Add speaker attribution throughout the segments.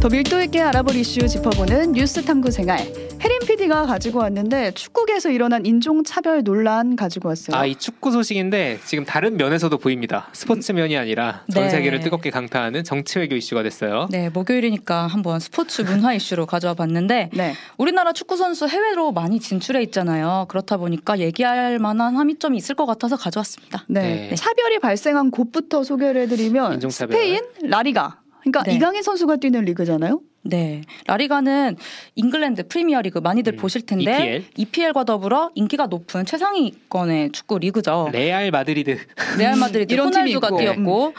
Speaker 1: 더 밀도 있게 알아볼 이슈 짚어보는 뉴스 탐구 생활. 혜린 PD가 가지고 왔는데 축구계에서 일어난 인종 차별 논란 가지고 왔어요.
Speaker 2: 아,
Speaker 3: 네.
Speaker 2: 이 축구 소식인데 지금 다른 면에서도 보입니다. 스포츠 면이 아니라 전
Speaker 3: 네.
Speaker 2: 세계를 뜨겁게 강타하는 정치 외교 이슈가 됐어요.
Speaker 3: 네, 목요일이니까 한번 스포츠 문화 이슈로 가져와 봤는데
Speaker 1: 네.
Speaker 3: 우리나라 축구 선수 해외로 많이 진출해 있잖아요. 그렇다 보니까 얘기할 만한 함의점이 있을 것 같아서 가져왔습니다.
Speaker 1: 네.
Speaker 2: 네.
Speaker 1: 차별이 발생한 곳부터 소개를 해드리면
Speaker 2: 인종차별.
Speaker 1: 스페인 라리가. 그러니까
Speaker 3: 네.
Speaker 1: 이강인 선수가 뛰는 리그잖아요.
Speaker 3: 네, 라리가는 잉글랜드 프리미어리그 많이들
Speaker 2: 음,
Speaker 3: 보실 텐데 EPL. 과 더불어 인기가 높은 최상위권의 축구 리그죠.
Speaker 2: 레알 마드리드.
Speaker 3: 레알 마드리드
Speaker 1: 이런 팀이
Speaker 3: 호날두가
Speaker 1: 있고.
Speaker 3: 뛰었고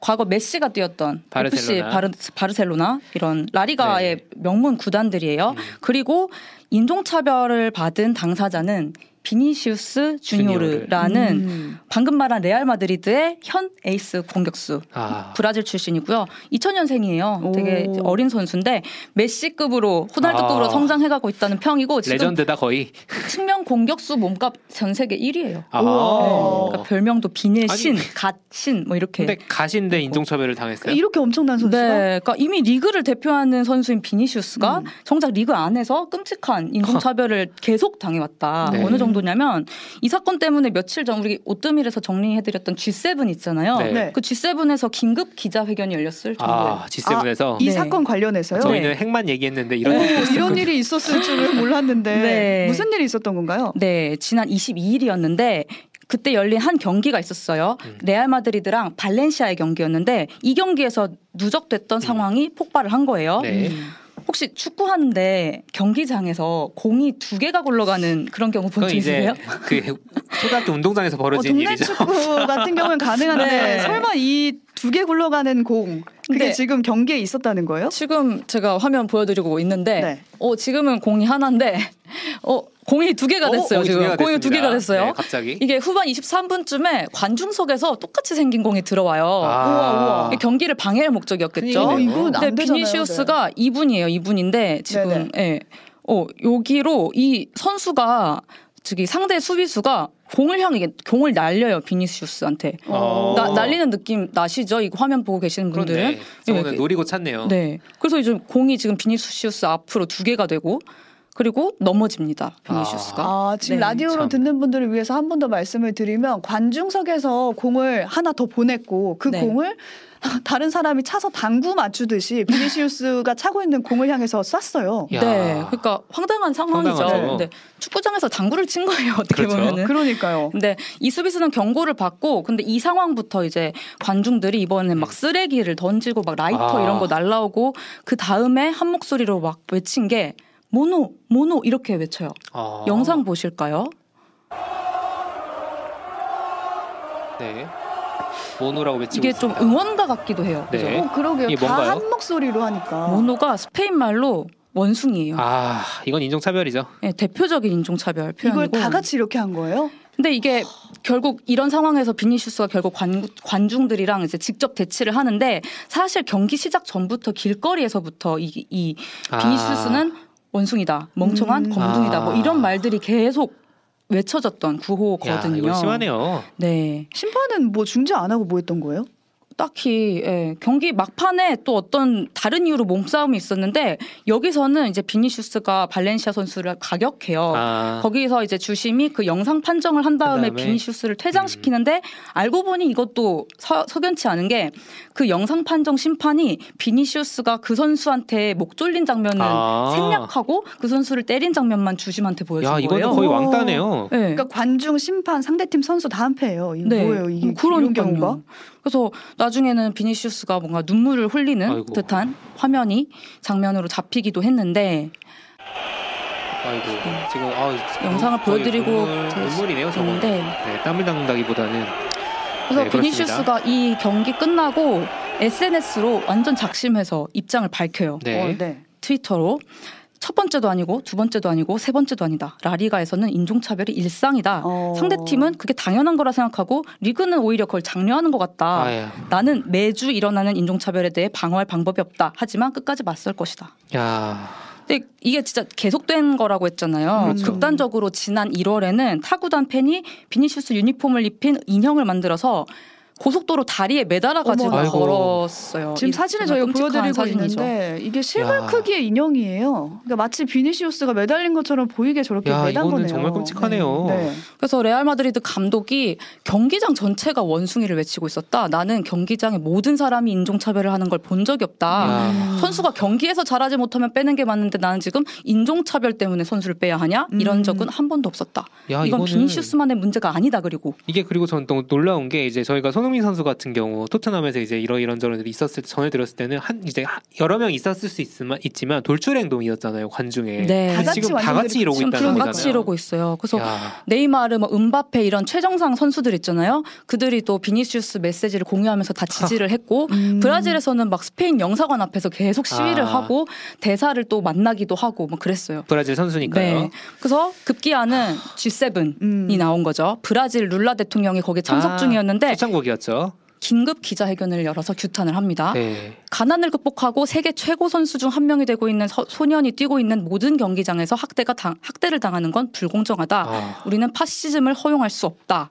Speaker 3: 과거 메시가 뛰었던
Speaker 2: 바르셀로나.
Speaker 3: FC 바르, 바르셀로나 이런 라리가의
Speaker 2: 네. 음.
Speaker 3: 명문 구단들이에요. 그리고 인종차별을 받은 당사자는 비니시우스 주니오르라는
Speaker 1: 음.
Speaker 3: 방금 말한 레알 마드리드의 현 에이스 공격수
Speaker 2: 아.
Speaker 3: 브라질 출신이고요. 2000년생이에요.
Speaker 1: 오.
Speaker 3: 되게 어린 선수인데 메시급으로 호날두급으로
Speaker 2: 아.
Speaker 3: 성장해가고 있다는 평이고 지금
Speaker 2: 레전드다 거의.
Speaker 3: 측면 공격수 몸값 전 세계 1위예요.
Speaker 2: 아.
Speaker 1: 우와.
Speaker 3: 그러니까 별명도 비닐
Speaker 2: 아니.
Speaker 3: 신, 갓신 뭐 이렇게. 그
Speaker 2: 근데 가신데 인종차별을 당했어요.
Speaker 1: 그 이렇게 엄청난 선수가
Speaker 3: 네, 그러니까 이미 리그를 대표하는 선수인 비니시우스가
Speaker 1: 음.
Speaker 3: 정작 리그 안에서 끔찍한 인종차별을 계속 당해왔다.
Speaker 2: 네.
Speaker 3: 어느 정도냐면 이 사건 때문에 며칠 전 우리 오뜨밀에서 정리해드렸던 G7 있잖아요.
Speaker 2: 네.
Speaker 1: 네.
Speaker 3: 그 G7에서 긴급 기자회견이 열렸을 정도예요.
Speaker 2: 아, G7에서
Speaker 1: 이
Speaker 3: 네.
Speaker 1: 사건 관련해서요.
Speaker 2: 저희는 핵만 얘기했는데 이런
Speaker 1: 오,
Speaker 2: 일이 있었군요.
Speaker 1: 이런 일이 있었을 줄은 몰랐는데
Speaker 3: 네.
Speaker 1: 무슨 일이 있었던 건가요?
Speaker 3: 네, 지난 22일이었는데 그때 열린 한 경기가 있었어요.
Speaker 2: 음.
Speaker 3: 레알 마드리드랑 발렌시아의 경기였는데 이 경기에서 누적됐던 상황이 폭발을 한 거예요.
Speaker 2: 음. 네.
Speaker 1: 음.
Speaker 3: 혹시 축구하는데 경기장에서 공이 두 개가 굴러가는 그런 경우 본
Speaker 2: 그건
Speaker 3: 적
Speaker 2: 이제
Speaker 3: 있으세요?
Speaker 2: 그 초등학교 운동장에서
Speaker 1: 어,
Speaker 2: 벌어진
Speaker 1: 동네
Speaker 2: 일이죠.
Speaker 1: 축구 같은 경우는 가능한데
Speaker 3: 네.
Speaker 1: 설마 이 두 개 굴러가는 공 그게
Speaker 3: 네.
Speaker 1: 지금 경기에 있었다는 거예요?
Speaker 3: 지금 제가 화면 보여드리고 있는데,
Speaker 1: 네.
Speaker 3: 어, 지금은 공이 하나인데, 어, 공이 두 개가
Speaker 2: 어,
Speaker 3: 됐어요.
Speaker 2: 공이 두
Speaker 3: 지금
Speaker 2: 개가
Speaker 3: 공이 두
Speaker 2: 됐습니다.
Speaker 3: 개가 됐어요.
Speaker 2: 네, 갑자기.
Speaker 3: 이게 후반 23분쯤에 관중석에서 똑같이 생긴 공이 들어와요.
Speaker 2: 우와 우와.
Speaker 3: 이게 경기를 방해할 목적이었겠죠.
Speaker 2: 아. 큰일이네요.
Speaker 1: 이건 안
Speaker 3: 근데
Speaker 1: 되잖아요,
Speaker 3: 비니시우스가 2분이에요. 2분인데 지금 예. 어, 여기로 이 선수가 저기 상대 수비수가 공을 향해 이게 공을 날려요. 비니시우스한테.
Speaker 1: 어.
Speaker 3: 나- 날리는 느낌 나시죠? 이거 화면 보고 계시는 분들은.
Speaker 2: 그런데 저는
Speaker 3: 예,
Speaker 2: 노리고 찼네요.
Speaker 3: 네. 그래서 이제 공이 지금 비니시우스 앞으로 두 개가 되고 그리고 넘어집니다. 비니시우스가.
Speaker 1: 아, 지금
Speaker 3: 네,
Speaker 1: 라디오로
Speaker 2: 참.
Speaker 1: 듣는 분들을 위해서 한 번 더 말씀을 드리면 관중석에서 공을 하나 더 보냈고 그
Speaker 3: 네.
Speaker 1: 공을 다른 사람이 차서 당구 맞추듯이 비니시우스가 차고 있는 공을 향해서 쐈어요.
Speaker 2: 야.
Speaker 3: 네. 그러니까 황당한 상황이죠.
Speaker 2: 황당하죠.
Speaker 3: 근데 축구장에서 당구를 친 거예요. 어떻게
Speaker 2: 그렇죠.
Speaker 3: 보면은.
Speaker 1: 네. 그러니까요.
Speaker 3: 근데 이 수비수는 경고를 받고 근데 이 상황부터 이제 관중들이 이번에 막 쓰레기를 던지고 막 라이터
Speaker 2: 음. 아.
Speaker 3: 이런 거 날라오고 그 다음에 한 목소리로 막 외친 게 모노 모노 이렇게 외쳐요.
Speaker 2: 아.
Speaker 3: 영상 보실까요?
Speaker 2: 네. 모노라고 외치고
Speaker 3: 이게 좀
Speaker 2: 있습니다.
Speaker 3: 응원가 같기도 해요. 그죠?
Speaker 2: 아. 네.
Speaker 1: 어, 그러게요.
Speaker 2: 이게
Speaker 1: 다
Speaker 2: 뭔가요?
Speaker 1: 한 목소리로 하니까.
Speaker 3: 모노가 스페인 말로 원숭이에요.
Speaker 2: 아, 이건 인종차별이죠.
Speaker 3: 네, 대표적인 인종차별 표현이고.
Speaker 1: 이걸 다 같이 이렇게 한 거예요?
Speaker 3: 근데 이게 결국 이런 상황에서 비니슈스가 결국 관, 관중들이랑 이제 직접 대치를 하는데 사실 경기 시작 전부터 길거리에서부터 이, 이
Speaker 2: 아.
Speaker 3: 비니슈스는 원숭이다, 멍청한
Speaker 1: 음.
Speaker 3: 검둥이다, 뭐 이런
Speaker 2: 아.
Speaker 3: 말들이 계속 외쳐졌던
Speaker 2: 야,
Speaker 3: 구호거든요.
Speaker 2: 이건 심하네요.
Speaker 3: 네,
Speaker 1: 심판은 뭐 중재 안 하고 뭐 했던 거예요?
Speaker 3: 딱히 예, 경기 막판에 또 어떤 다른 이유로 몸싸움이 있었는데 여기서는 이제 비니슈스가 발렌시아 선수를 가격해요.
Speaker 2: 아.
Speaker 3: 거기서 이제 주심이 그 영상 판정을 한 다음에
Speaker 2: 그다음에- 음.
Speaker 3: 비니슈스를 퇴장시키는데 알고 보니 이것도 서, 석연치 않은 게 그 영상 판정 심판이 비니슈스가 그 선수한테 목 졸린 장면은
Speaker 2: 아.
Speaker 3: 생략하고 그 선수를 때린 장면만 주심한테 보여준
Speaker 2: 야, 이거는
Speaker 3: 거예요.
Speaker 2: 거의
Speaker 1: 오.
Speaker 2: 왕따네요.
Speaker 3: 네.
Speaker 1: 그러니까 관중, 심판, 상대팀 선수 다 한패예요. 이게 뭐예요? 이게
Speaker 3: 음, 그런
Speaker 1: 이런 네. 음, 경우가?
Speaker 3: 그래서 나중에는 비니시우스가 뭔가 눈물을 흘리는
Speaker 2: 아이고.
Speaker 3: 듯한 화면이 장면으로 잡히기도 했는데
Speaker 2: 아이고. 지금 아,
Speaker 3: 네. 영상을
Speaker 2: 거의
Speaker 3: 보여드리고
Speaker 2: 눈물, 눈물이네요, 저거. 네,
Speaker 3: 있는데
Speaker 2: 땀을 닦는다기보다는
Speaker 3: 그래서
Speaker 2: 네, 그렇습니다.
Speaker 3: 비니시우스가 이 경기 끝나고 SNS로 완전 작심해서 입장을 밝혀요.
Speaker 2: 네.
Speaker 1: 어, 네.
Speaker 3: 트위터로. 첫 번째도 아니고 두 번째도 아니고 세 번째도 아니다. 라리가에서는 인종차별이 일상이다.
Speaker 1: 어.
Speaker 3: 상대팀은 그게 당연한 거라 생각하고 리그는 오히려 그걸 장려하는 것 같다.
Speaker 2: 아, 야.
Speaker 3: 나는 매주 일어나는 인종차별에 대해 방어할 방법이 없다. 하지만 끝까지 맞설 것이다.
Speaker 2: 야.
Speaker 3: 근데 이게 진짜 계속된 거라고 했잖아요.
Speaker 1: 그렇죠.
Speaker 3: 극단적으로 지난 1월에는 타구단 팬이 비니시우스 유니폼을 입힌 인형을 만들어서 고속도로 다리에 매달아 가지고
Speaker 1: 어머나.
Speaker 2: 아이고.
Speaker 3: 걸었어요.
Speaker 1: 지금
Speaker 3: 이
Speaker 1: 사진을
Speaker 3: 정말
Speaker 1: 저희가
Speaker 3: 끔찍한
Speaker 1: 보여드리고
Speaker 3: 사진이죠.
Speaker 1: 있는데 이게 실물
Speaker 2: 야.
Speaker 1: 크기의 인형이에요. 그러니까 마치 비니시우스가 매달린 것처럼 보이게
Speaker 3: 그
Speaker 1: 저렇게
Speaker 2: 야,
Speaker 1: 매단
Speaker 2: 이거는
Speaker 1: 거네요.
Speaker 2: 정말 끔찍하네요.
Speaker 1: 네.
Speaker 3: 그래서 레알 마드리드 감독이 경기장 전체가 원숭이를 외치고 있었다. 나는 경기장의 모든 사람이 인종차별을 하는 걸 본 적이 없다.
Speaker 2: 야.
Speaker 1: 음.
Speaker 3: 선수가 경기에서 잘하지 못하면 빼는 게 맞는데 나는 지금 인종차별 때문에 선수를 빼야 하냐?
Speaker 1: 음. 아,
Speaker 3: 이런 적은 한 번도 없었다.
Speaker 2: 야,
Speaker 3: 이건
Speaker 2: 이거는-
Speaker 3: 비니시우스만의 문제가 아니다. 그리고
Speaker 2: 이게 그리고 저는 너무 놀라운 게 이제 저희가 손흥민 선수 같은 경우 토트넘에서 이제 이런 이런 저런 일이 있었을 때 전해드렸을 때는 한 이제 하- 여러 명 있었을 수 있지만 있지만 돌출 행동이었잖아요 관중에
Speaker 3: 네.
Speaker 2: 근데
Speaker 3: 다 그렇죠.
Speaker 1: 같이
Speaker 2: 지금 다
Speaker 1: 완전히
Speaker 2: 같이 이러고
Speaker 1: 지금
Speaker 2: 있다는
Speaker 1: 그런
Speaker 3: 다
Speaker 2: 거잖아요.
Speaker 3: 같이 이러고 있어요. 그래서
Speaker 2: 야,
Speaker 3: 네이마르, 뭐 은바페 이런 최정상 선수들 있잖아요. 그들이 또 비니시우스 메시지를 공유하면서 다 지지를 했고
Speaker 1: 음.
Speaker 3: 브라질에서는 막 스페인 영사관 앞에서 계속 시위를
Speaker 2: 아.
Speaker 3: 하고 대사를 또 만나기도 하고 뭐 그랬어요.
Speaker 2: 브라질 선수니까요.
Speaker 3: 네. 그래서 급기야는 G7이
Speaker 1: 음.
Speaker 3: 나온 거죠. 브라질 룰라 대통령이 거기에 참석
Speaker 2: 아,
Speaker 3: 중이었는데
Speaker 2: 초창국이었죠.
Speaker 3: 긴급 기자회견을 열어서 규탄을 합니다.
Speaker 2: 네.
Speaker 3: 가난을 극복하고 세계 최고 선수 중 한 명이 되고 있는 서- 소년이 뛰고 있는 모든 경기장에서 학대가 당, 학대를 당하는 건 불공정하다.
Speaker 2: 아,
Speaker 3: 우리는 파시즘을 허용할 수 없다.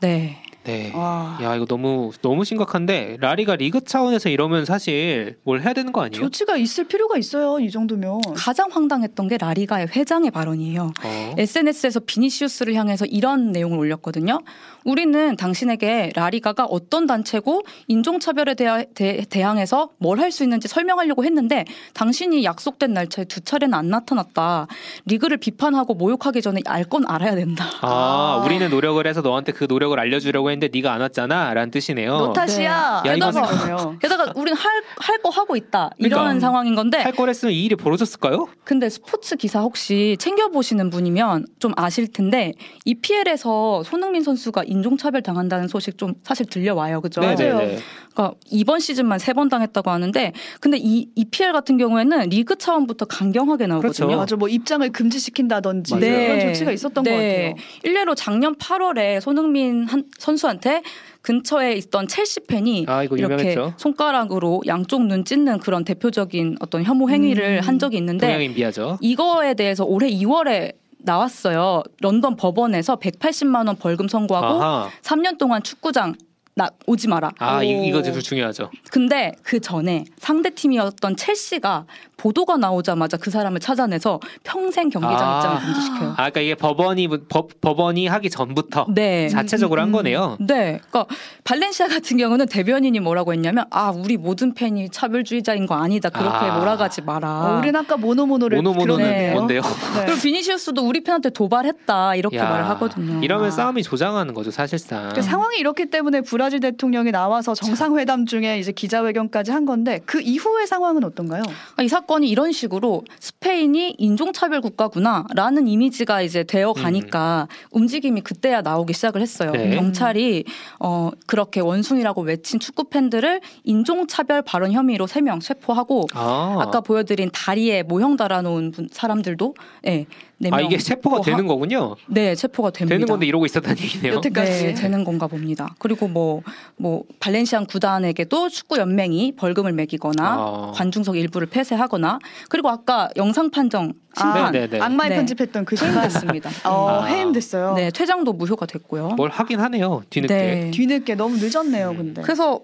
Speaker 3: 네.
Speaker 2: 네.
Speaker 1: 와.
Speaker 2: 야 이거 너무 너무 심각한데 라리가 리그 차원에서 이러면 사실 뭘 해야 되는 거 아니에요?
Speaker 1: 조치가 있을 필요가 있어요. 이 정도면.
Speaker 3: 가장 황당했던 게 라리가의 회장의 발언이에요.
Speaker 2: 어.
Speaker 3: SNS에서 비니시우스를 향해서 이런 내용을 올렸거든요. 우리는 당신에게 라리가가 어떤 단체고 인종차별에 대하, 대, 대항해서 뭘 할 수 있는지 설명하려고 했는데 당신이 약속된 날짜에 두 차례는 안 나타났다. 리그를 비판하고 모욕하기 전에 알 건 알아야 된다.
Speaker 2: 아, 우리는 노력을 해서 너한테 그 노력을 알려주려고 했는데 네가 안 왔잖아 라는 뜻이네요.
Speaker 1: 노 탓이야.
Speaker 2: 네. 야, 이거는-
Speaker 1: 이거네요.
Speaker 3: 게다가 우리는 할, 할 거 하고 있다. 이런
Speaker 2: 그러니까.
Speaker 3: 상황인 건데
Speaker 2: 할 걸 했으면 이 일이 벌어졌을까요?
Speaker 3: 근데 스포츠 기사 혹시 챙겨보시는 분이면 좀 아실 텐데 EPL에서 손흥민 선수가 인종차별 당한다는 소식 좀 사실 들려와요. 그죠?
Speaker 1: 네네.
Speaker 3: 그러니까 이번 시즌만 세 번 당했다고 하는데 근데 이 EPL 같은 경우에는 리그 차원부터 강경하게 나오거든요.
Speaker 2: 그렇죠.
Speaker 1: 맞아. 뭐 입장을 금지시킨다든지
Speaker 2: 맞아요.
Speaker 1: 그런 조치가 있었던
Speaker 3: 네.
Speaker 1: 것 같아요.
Speaker 3: 일례로 작년 8월에 손흥민 한- 선수한테 근처에 있던 첼시 팬이
Speaker 2: 아 이거
Speaker 3: 이렇게
Speaker 2: 유명했죠.
Speaker 3: 손가락으로 양쪽 눈 찢는 그런 대표적인 어떤 혐오 행위를
Speaker 1: 음.
Speaker 3: 한 적이 있는데
Speaker 2: 동양인 비하죠.
Speaker 3: 이거에 대해서 올해 2월에 나왔어요. 런던 법원에서 180만 원 벌금 선고하고
Speaker 2: 아하.
Speaker 3: 3년 동안 축구장 나 오지 마라.
Speaker 2: 아
Speaker 1: 오.
Speaker 2: 이, 이거 되게 중요하죠.
Speaker 3: 근데 그 전에 상대 팀이었던 첼시가 보도가 나오자마자 그 사람을 찾아내서 평생 경기장
Speaker 2: 아.
Speaker 3: 입장을 금지시켜요.
Speaker 2: 아 그러니까 이게 법원이 법 법원이 하기 전부터
Speaker 3: 네.
Speaker 2: 자체적으로
Speaker 1: 음,
Speaker 2: 한
Speaker 1: 음,
Speaker 2: 거네요.
Speaker 3: 네. 그러니까 발렌시아 같은 경우는 대변인이 뭐라고 했냐면 아, 우리 모든 팬이 차별주의자인 거 아니다. 그렇게
Speaker 2: 아.
Speaker 3: 몰아가지 마라.
Speaker 1: 어, 우린 아까 모노모노를
Speaker 2: 모노모노는
Speaker 1: 그러네요.
Speaker 2: 뭔데요?
Speaker 1: 네.
Speaker 3: 그리고 비니시우스도 우리 팬한테 도발했다. 이렇게
Speaker 2: 야,
Speaker 3: 말을 하거든요.
Speaker 2: 이러면
Speaker 1: 아.
Speaker 2: 싸움이 조장하는 거죠 사실상.
Speaker 1: 그 상황이 이렇기 때문에 브라질 대통령이 나와서 정상회담 중에 이제 기자회견까지 한 건데 그 이후의 상황은 어떤가요?
Speaker 3: 아, 이 사건이 이런 식으로 스페인이 인종차별 국가구나라는 이미지가 이제 되어 가니까 움직임이 그때야 나오기 시작을 했어요.
Speaker 2: 음. 네.
Speaker 3: 경찰이 어, 그렇게 원숭이라고 외친 축구 팬들을 인종차별 발언 혐의로 세 명 체포하고
Speaker 2: 아,
Speaker 3: 아까 보여드린 다리에 모형 달아놓은 분, 사람들도 예, 네,
Speaker 2: 아
Speaker 3: 명
Speaker 2: 이게 체포가
Speaker 3: 어,
Speaker 2: 되는 거군요.
Speaker 3: 네, 체포가 됩니다.
Speaker 2: 되는 건데 이러고 있었다는 얘기네요.
Speaker 1: 여태까지
Speaker 3: 네, 되는 건가 봅니다. 그리고 뭐, 뭐, 발렌시안 구단에게도 축구연맹이 벌금을 매기거나
Speaker 2: 아.
Speaker 3: 관중석 일부를 폐쇄하거나 그리고 아까 영상 판정
Speaker 1: 아,
Speaker 3: 심판
Speaker 2: 네, 네네네.
Speaker 1: 악마의
Speaker 3: 네.
Speaker 1: 편집했던 그 순간
Speaker 3: 해임됐습니다.
Speaker 1: 어,
Speaker 2: 아.
Speaker 1: 해임됐어요.
Speaker 3: 네, 퇴장도 무효가 됐고요.
Speaker 2: 뭘 하긴 하네요 뒤늦게.
Speaker 3: 뭐? 네.
Speaker 1: 뒤늦게 너무 늦었네요, 근데.
Speaker 3: 그래서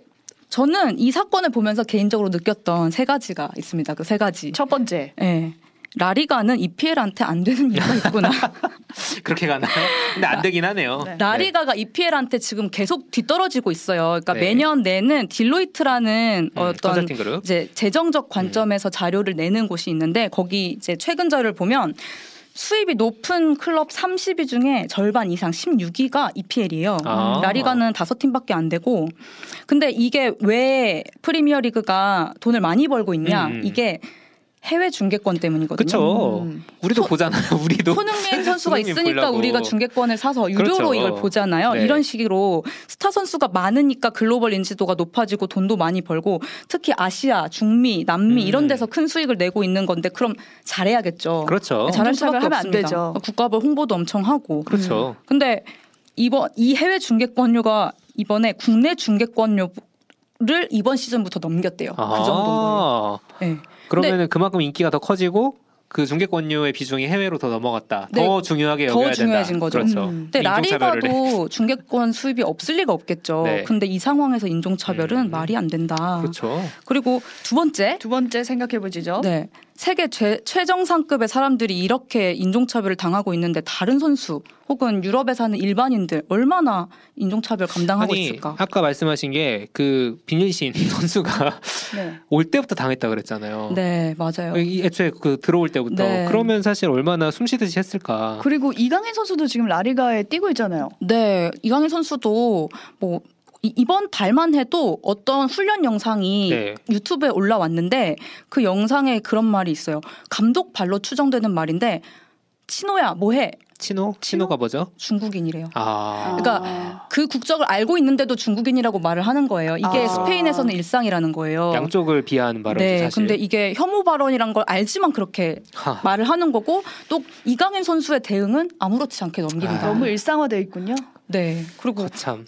Speaker 3: 저는 이 사건을 보면서 개인적으로 느꼈던 세 가지가 있습니다. 그 세 가지.
Speaker 1: 첫 번째.
Speaker 3: 예. 라리가는 EPL한테 안 되는 이유가 있구나.
Speaker 2: 그렇게 가나요? 근데 안 되긴 하네요.
Speaker 1: 네.
Speaker 3: 라리가가 EPL한테 지금 계속 뒤떨어지고 있어요. 그러니까
Speaker 2: 네.
Speaker 3: 매년 내는 딜로이트라는
Speaker 2: 음,
Speaker 3: 어떤
Speaker 2: 컨설팅 그룹.
Speaker 3: 이제 재정적 관점에서 자료를 내는 곳이 있는데 거기 이제 최근 자료를 보면 수입이 높은 클럽 30위 중에 절반 이상 16위가 E EPL이에요.
Speaker 2: 아.
Speaker 3: 라리가는 다섯 팀밖에 안 되고. 근데 이게 왜 프리미어 리그가 돈을 많이 벌고 있냐?
Speaker 2: 음.
Speaker 3: 이게 해외 중계권 때문이거든요.
Speaker 2: 그쵸.
Speaker 1: 음.
Speaker 2: 우리도
Speaker 3: 손-
Speaker 2: 보잖아요. 우리도.
Speaker 3: 손흥민 선수가
Speaker 2: 손흥민
Speaker 3: 있으니까
Speaker 2: 보려고.
Speaker 3: 우리가 중계권을 사서 유료로
Speaker 2: 그렇죠.
Speaker 3: 이걸 보잖아요.
Speaker 2: 네.
Speaker 3: 이런 식으로 스타 선수가 많으니까 글로벌 인지도가 높아지고 돈도 많이 벌고 특히 아시아, 중미, 남미
Speaker 2: 음.
Speaker 3: 이런 데서 큰 수익을 내고 있는 건데 그럼 잘해야겠죠. 네,
Speaker 2: 그렇죠.
Speaker 3: 잘할 수밖에
Speaker 1: 인종차별하면 안
Speaker 3: 없습니다.
Speaker 1: 되죠.
Speaker 3: 국가벌 홍보도 엄청 하고.
Speaker 2: 그렇죠.
Speaker 3: 근데 이번 이 해외 중계권료가 이번에 국내 중계권료를 이번 시즌 부터 넘겼대요. 그 음, 정도.
Speaker 2: 아.
Speaker 3: 네.
Speaker 2: 그러면은 그만큼 인기가 더 커지고 그 중개권료의 비중이 해외로 더 넘어갔다.
Speaker 3: 네.
Speaker 2: 더 중요하게
Speaker 3: 더
Speaker 2: 여겨야
Speaker 3: 중요해진
Speaker 2: 된다.
Speaker 3: 거죠.
Speaker 2: 그렇죠.
Speaker 1: 음.
Speaker 3: 근데
Speaker 2: 인종차별을
Speaker 3: 라리가도 중개권 수입이 없을 리가 없겠죠.
Speaker 2: 네.
Speaker 3: 근데 이 상황에서 인종차별은
Speaker 2: 음.
Speaker 3: 말이 안 된다.
Speaker 2: 그렇죠. 어?
Speaker 3: 그리고 두 번째,
Speaker 1: 두 번째 생각해 보시죠.
Speaker 3: 네. 세계 최, 최정상급의 사람들이 이렇게 인종차별을 당하고 있는데 다른 선수 혹은 유럽에 사는 일반인들 얼마나 인종차별 감당하고
Speaker 2: 아니
Speaker 3: 있을까?
Speaker 2: 아까 말씀하신 게 그 빈일신 선수가
Speaker 1: 네.
Speaker 2: 올 때부터 당했다 그랬잖아요.
Speaker 3: 네, 맞아요.
Speaker 2: 이- 애초에 그 들어올 때부터
Speaker 3: 네.
Speaker 2: 그러면 사실 얼마나 숨쉬듯이 했을까.
Speaker 1: 그리고 이강인 선수도 지금 라리가에 뛰고 있잖아요.
Speaker 3: 네, 이강인 선수도 뭐 이- 이번 달만 해도 어떤 훈련 영상이
Speaker 2: 네.
Speaker 3: 유튜브에 올라왔는데 그 영상에 그런 말이 있어요. 감독 발로 추정되는 말인데 친호야 뭐해?
Speaker 2: 치노? 치노가 뭐죠?
Speaker 3: 중국인이래요.
Speaker 2: 아.
Speaker 1: 그러니까
Speaker 3: 그 국적을 알고 있는데도 중국인이라고 말을 하는 거예요. 이게
Speaker 1: 아.
Speaker 3: 스페인에서는 일상이라는 거예요.
Speaker 2: 양쪽을 비하하는 발언이죠
Speaker 3: 뭐 네,
Speaker 2: 사실.
Speaker 3: 근데 이게 혐오 발언이란 걸 알지만 그렇게
Speaker 2: 하.
Speaker 3: 말을 하는 거고 또 이강인 선수의 대응은 아무렇지 않게 넘깁니다.
Speaker 2: 아.
Speaker 1: 너무 일상화돼 있군요.
Speaker 3: 네, 그리고
Speaker 2: 거참.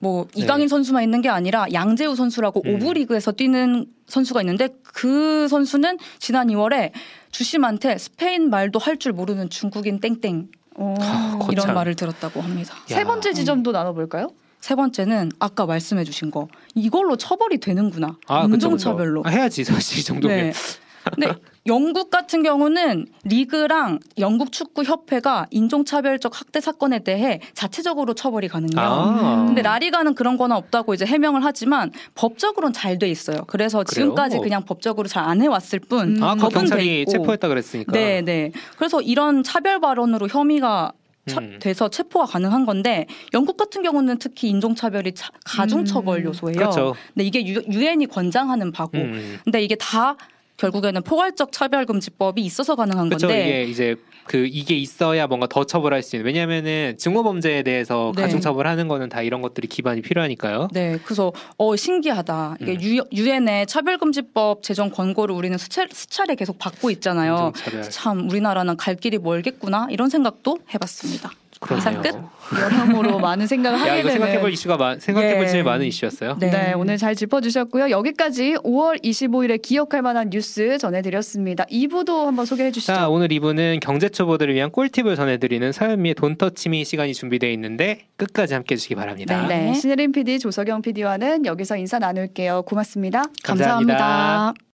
Speaker 3: 뭐
Speaker 2: 네.
Speaker 3: 이강인 선수만 있는 게 아니라 양재우 선수라고
Speaker 2: 음.
Speaker 3: 오브리그에서 뛰는 선수가 있는데 그 선수는 지난 2월에 주심한테 스페인 말도 할 줄 모르는 중국인 땡땡
Speaker 1: 어.
Speaker 2: 하, 아, 거-
Speaker 3: 이런
Speaker 2: 거참.
Speaker 3: 말을 들었다고 합니다.
Speaker 1: 세
Speaker 2: 야.
Speaker 1: 번째 지점도 나눠볼까요?
Speaker 3: 세 번째는 아까 말씀해주신 거 이걸로 처벌이 되는구나
Speaker 2: 아, 그쵸, 그쵸.
Speaker 3: 인종차별로.
Speaker 2: 아, 해야지 사실 이 정도면.
Speaker 3: 네. 근데 영국 같은 경우는 리그랑 영국 축구 협회가 인종차별적 학대 사건에 대해 자체적으로 처벌이 가능해요.
Speaker 2: 아.
Speaker 3: 네. 근데 라리가는 그런 거나 없다고 이제 해명을 하지만 법적으로는 잘 돼 있어요. 그래서
Speaker 2: 그래요?
Speaker 3: 지금까지 그냥 법적으로 잘 안 해왔을 뿐
Speaker 1: 음.
Speaker 2: 아, 아까
Speaker 3: 법은 돼
Speaker 2: 경찰이
Speaker 3: 있고.
Speaker 2: 체포했다 그랬으니까.
Speaker 3: 네, 네. 그래서 이런 차별 발언으로 혐의가 차-
Speaker 2: 음.
Speaker 3: 돼서 체포가 가능한 건데 영국 같은 경우는 특히 인종차별이 차- 가중처벌
Speaker 1: 음.
Speaker 3: 요소예요. 뭐
Speaker 2: 그렇죠.
Speaker 3: 근데 이게 유엔이 권장하는 바고
Speaker 2: 음.
Speaker 3: 근데 이게 다 결국에는 포괄적 차별금지법이 있어서 가능한
Speaker 2: 그렇죠.
Speaker 3: 건데
Speaker 2: 이게 이제 그 이게 있어야 뭔가 더 처벌할 수 있는. 왜냐면은 증오 범죄에 대해서
Speaker 3: 네.
Speaker 2: 가중 처벌하는 거는 다 이런 것들이 기반이 필요하니까요.
Speaker 3: 네 그래서 어 신기하다
Speaker 2: 음.
Speaker 3: 이게 유엔의 차별금지법 제정 권고를 우리는 수차, 수차례 계속 받고 있잖아요
Speaker 2: 인종차별.
Speaker 3: 참 우리나라는 갈 길이 멀겠구나 이런 생각도 해봤습니다 이상 끝?
Speaker 2: 그러네요.
Speaker 1: 여러모로 많은 생각을
Speaker 2: 야
Speaker 1: 하게
Speaker 2: 이거
Speaker 1: 되는.
Speaker 2: 생각해볼 이슈가 많, 생각해볼
Speaker 3: 네.
Speaker 2: 지 많은 이슈였어요.
Speaker 1: 네.
Speaker 3: 네.
Speaker 1: 오늘 잘 짚어주셨고요. 여기까지 5월 25일에 기억할 만한 뉴스 전해드렸습니다. 2부도 한번 소개해 주시죠.
Speaker 2: 자 오늘 이분은 경제 초보들을 위한 꿀팁을 전해드리는 서현미의 돈터치미 시간이 준비되어 있는데 끝까지 함께해 주시기 바랍니다.
Speaker 3: 네.
Speaker 1: 신혜림 PD, 조석영 PD와는 여기서 인사 나눌게요. 고맙습니다.
Speaker 2: 감사합니다.
Speaker 3: 감사합니다.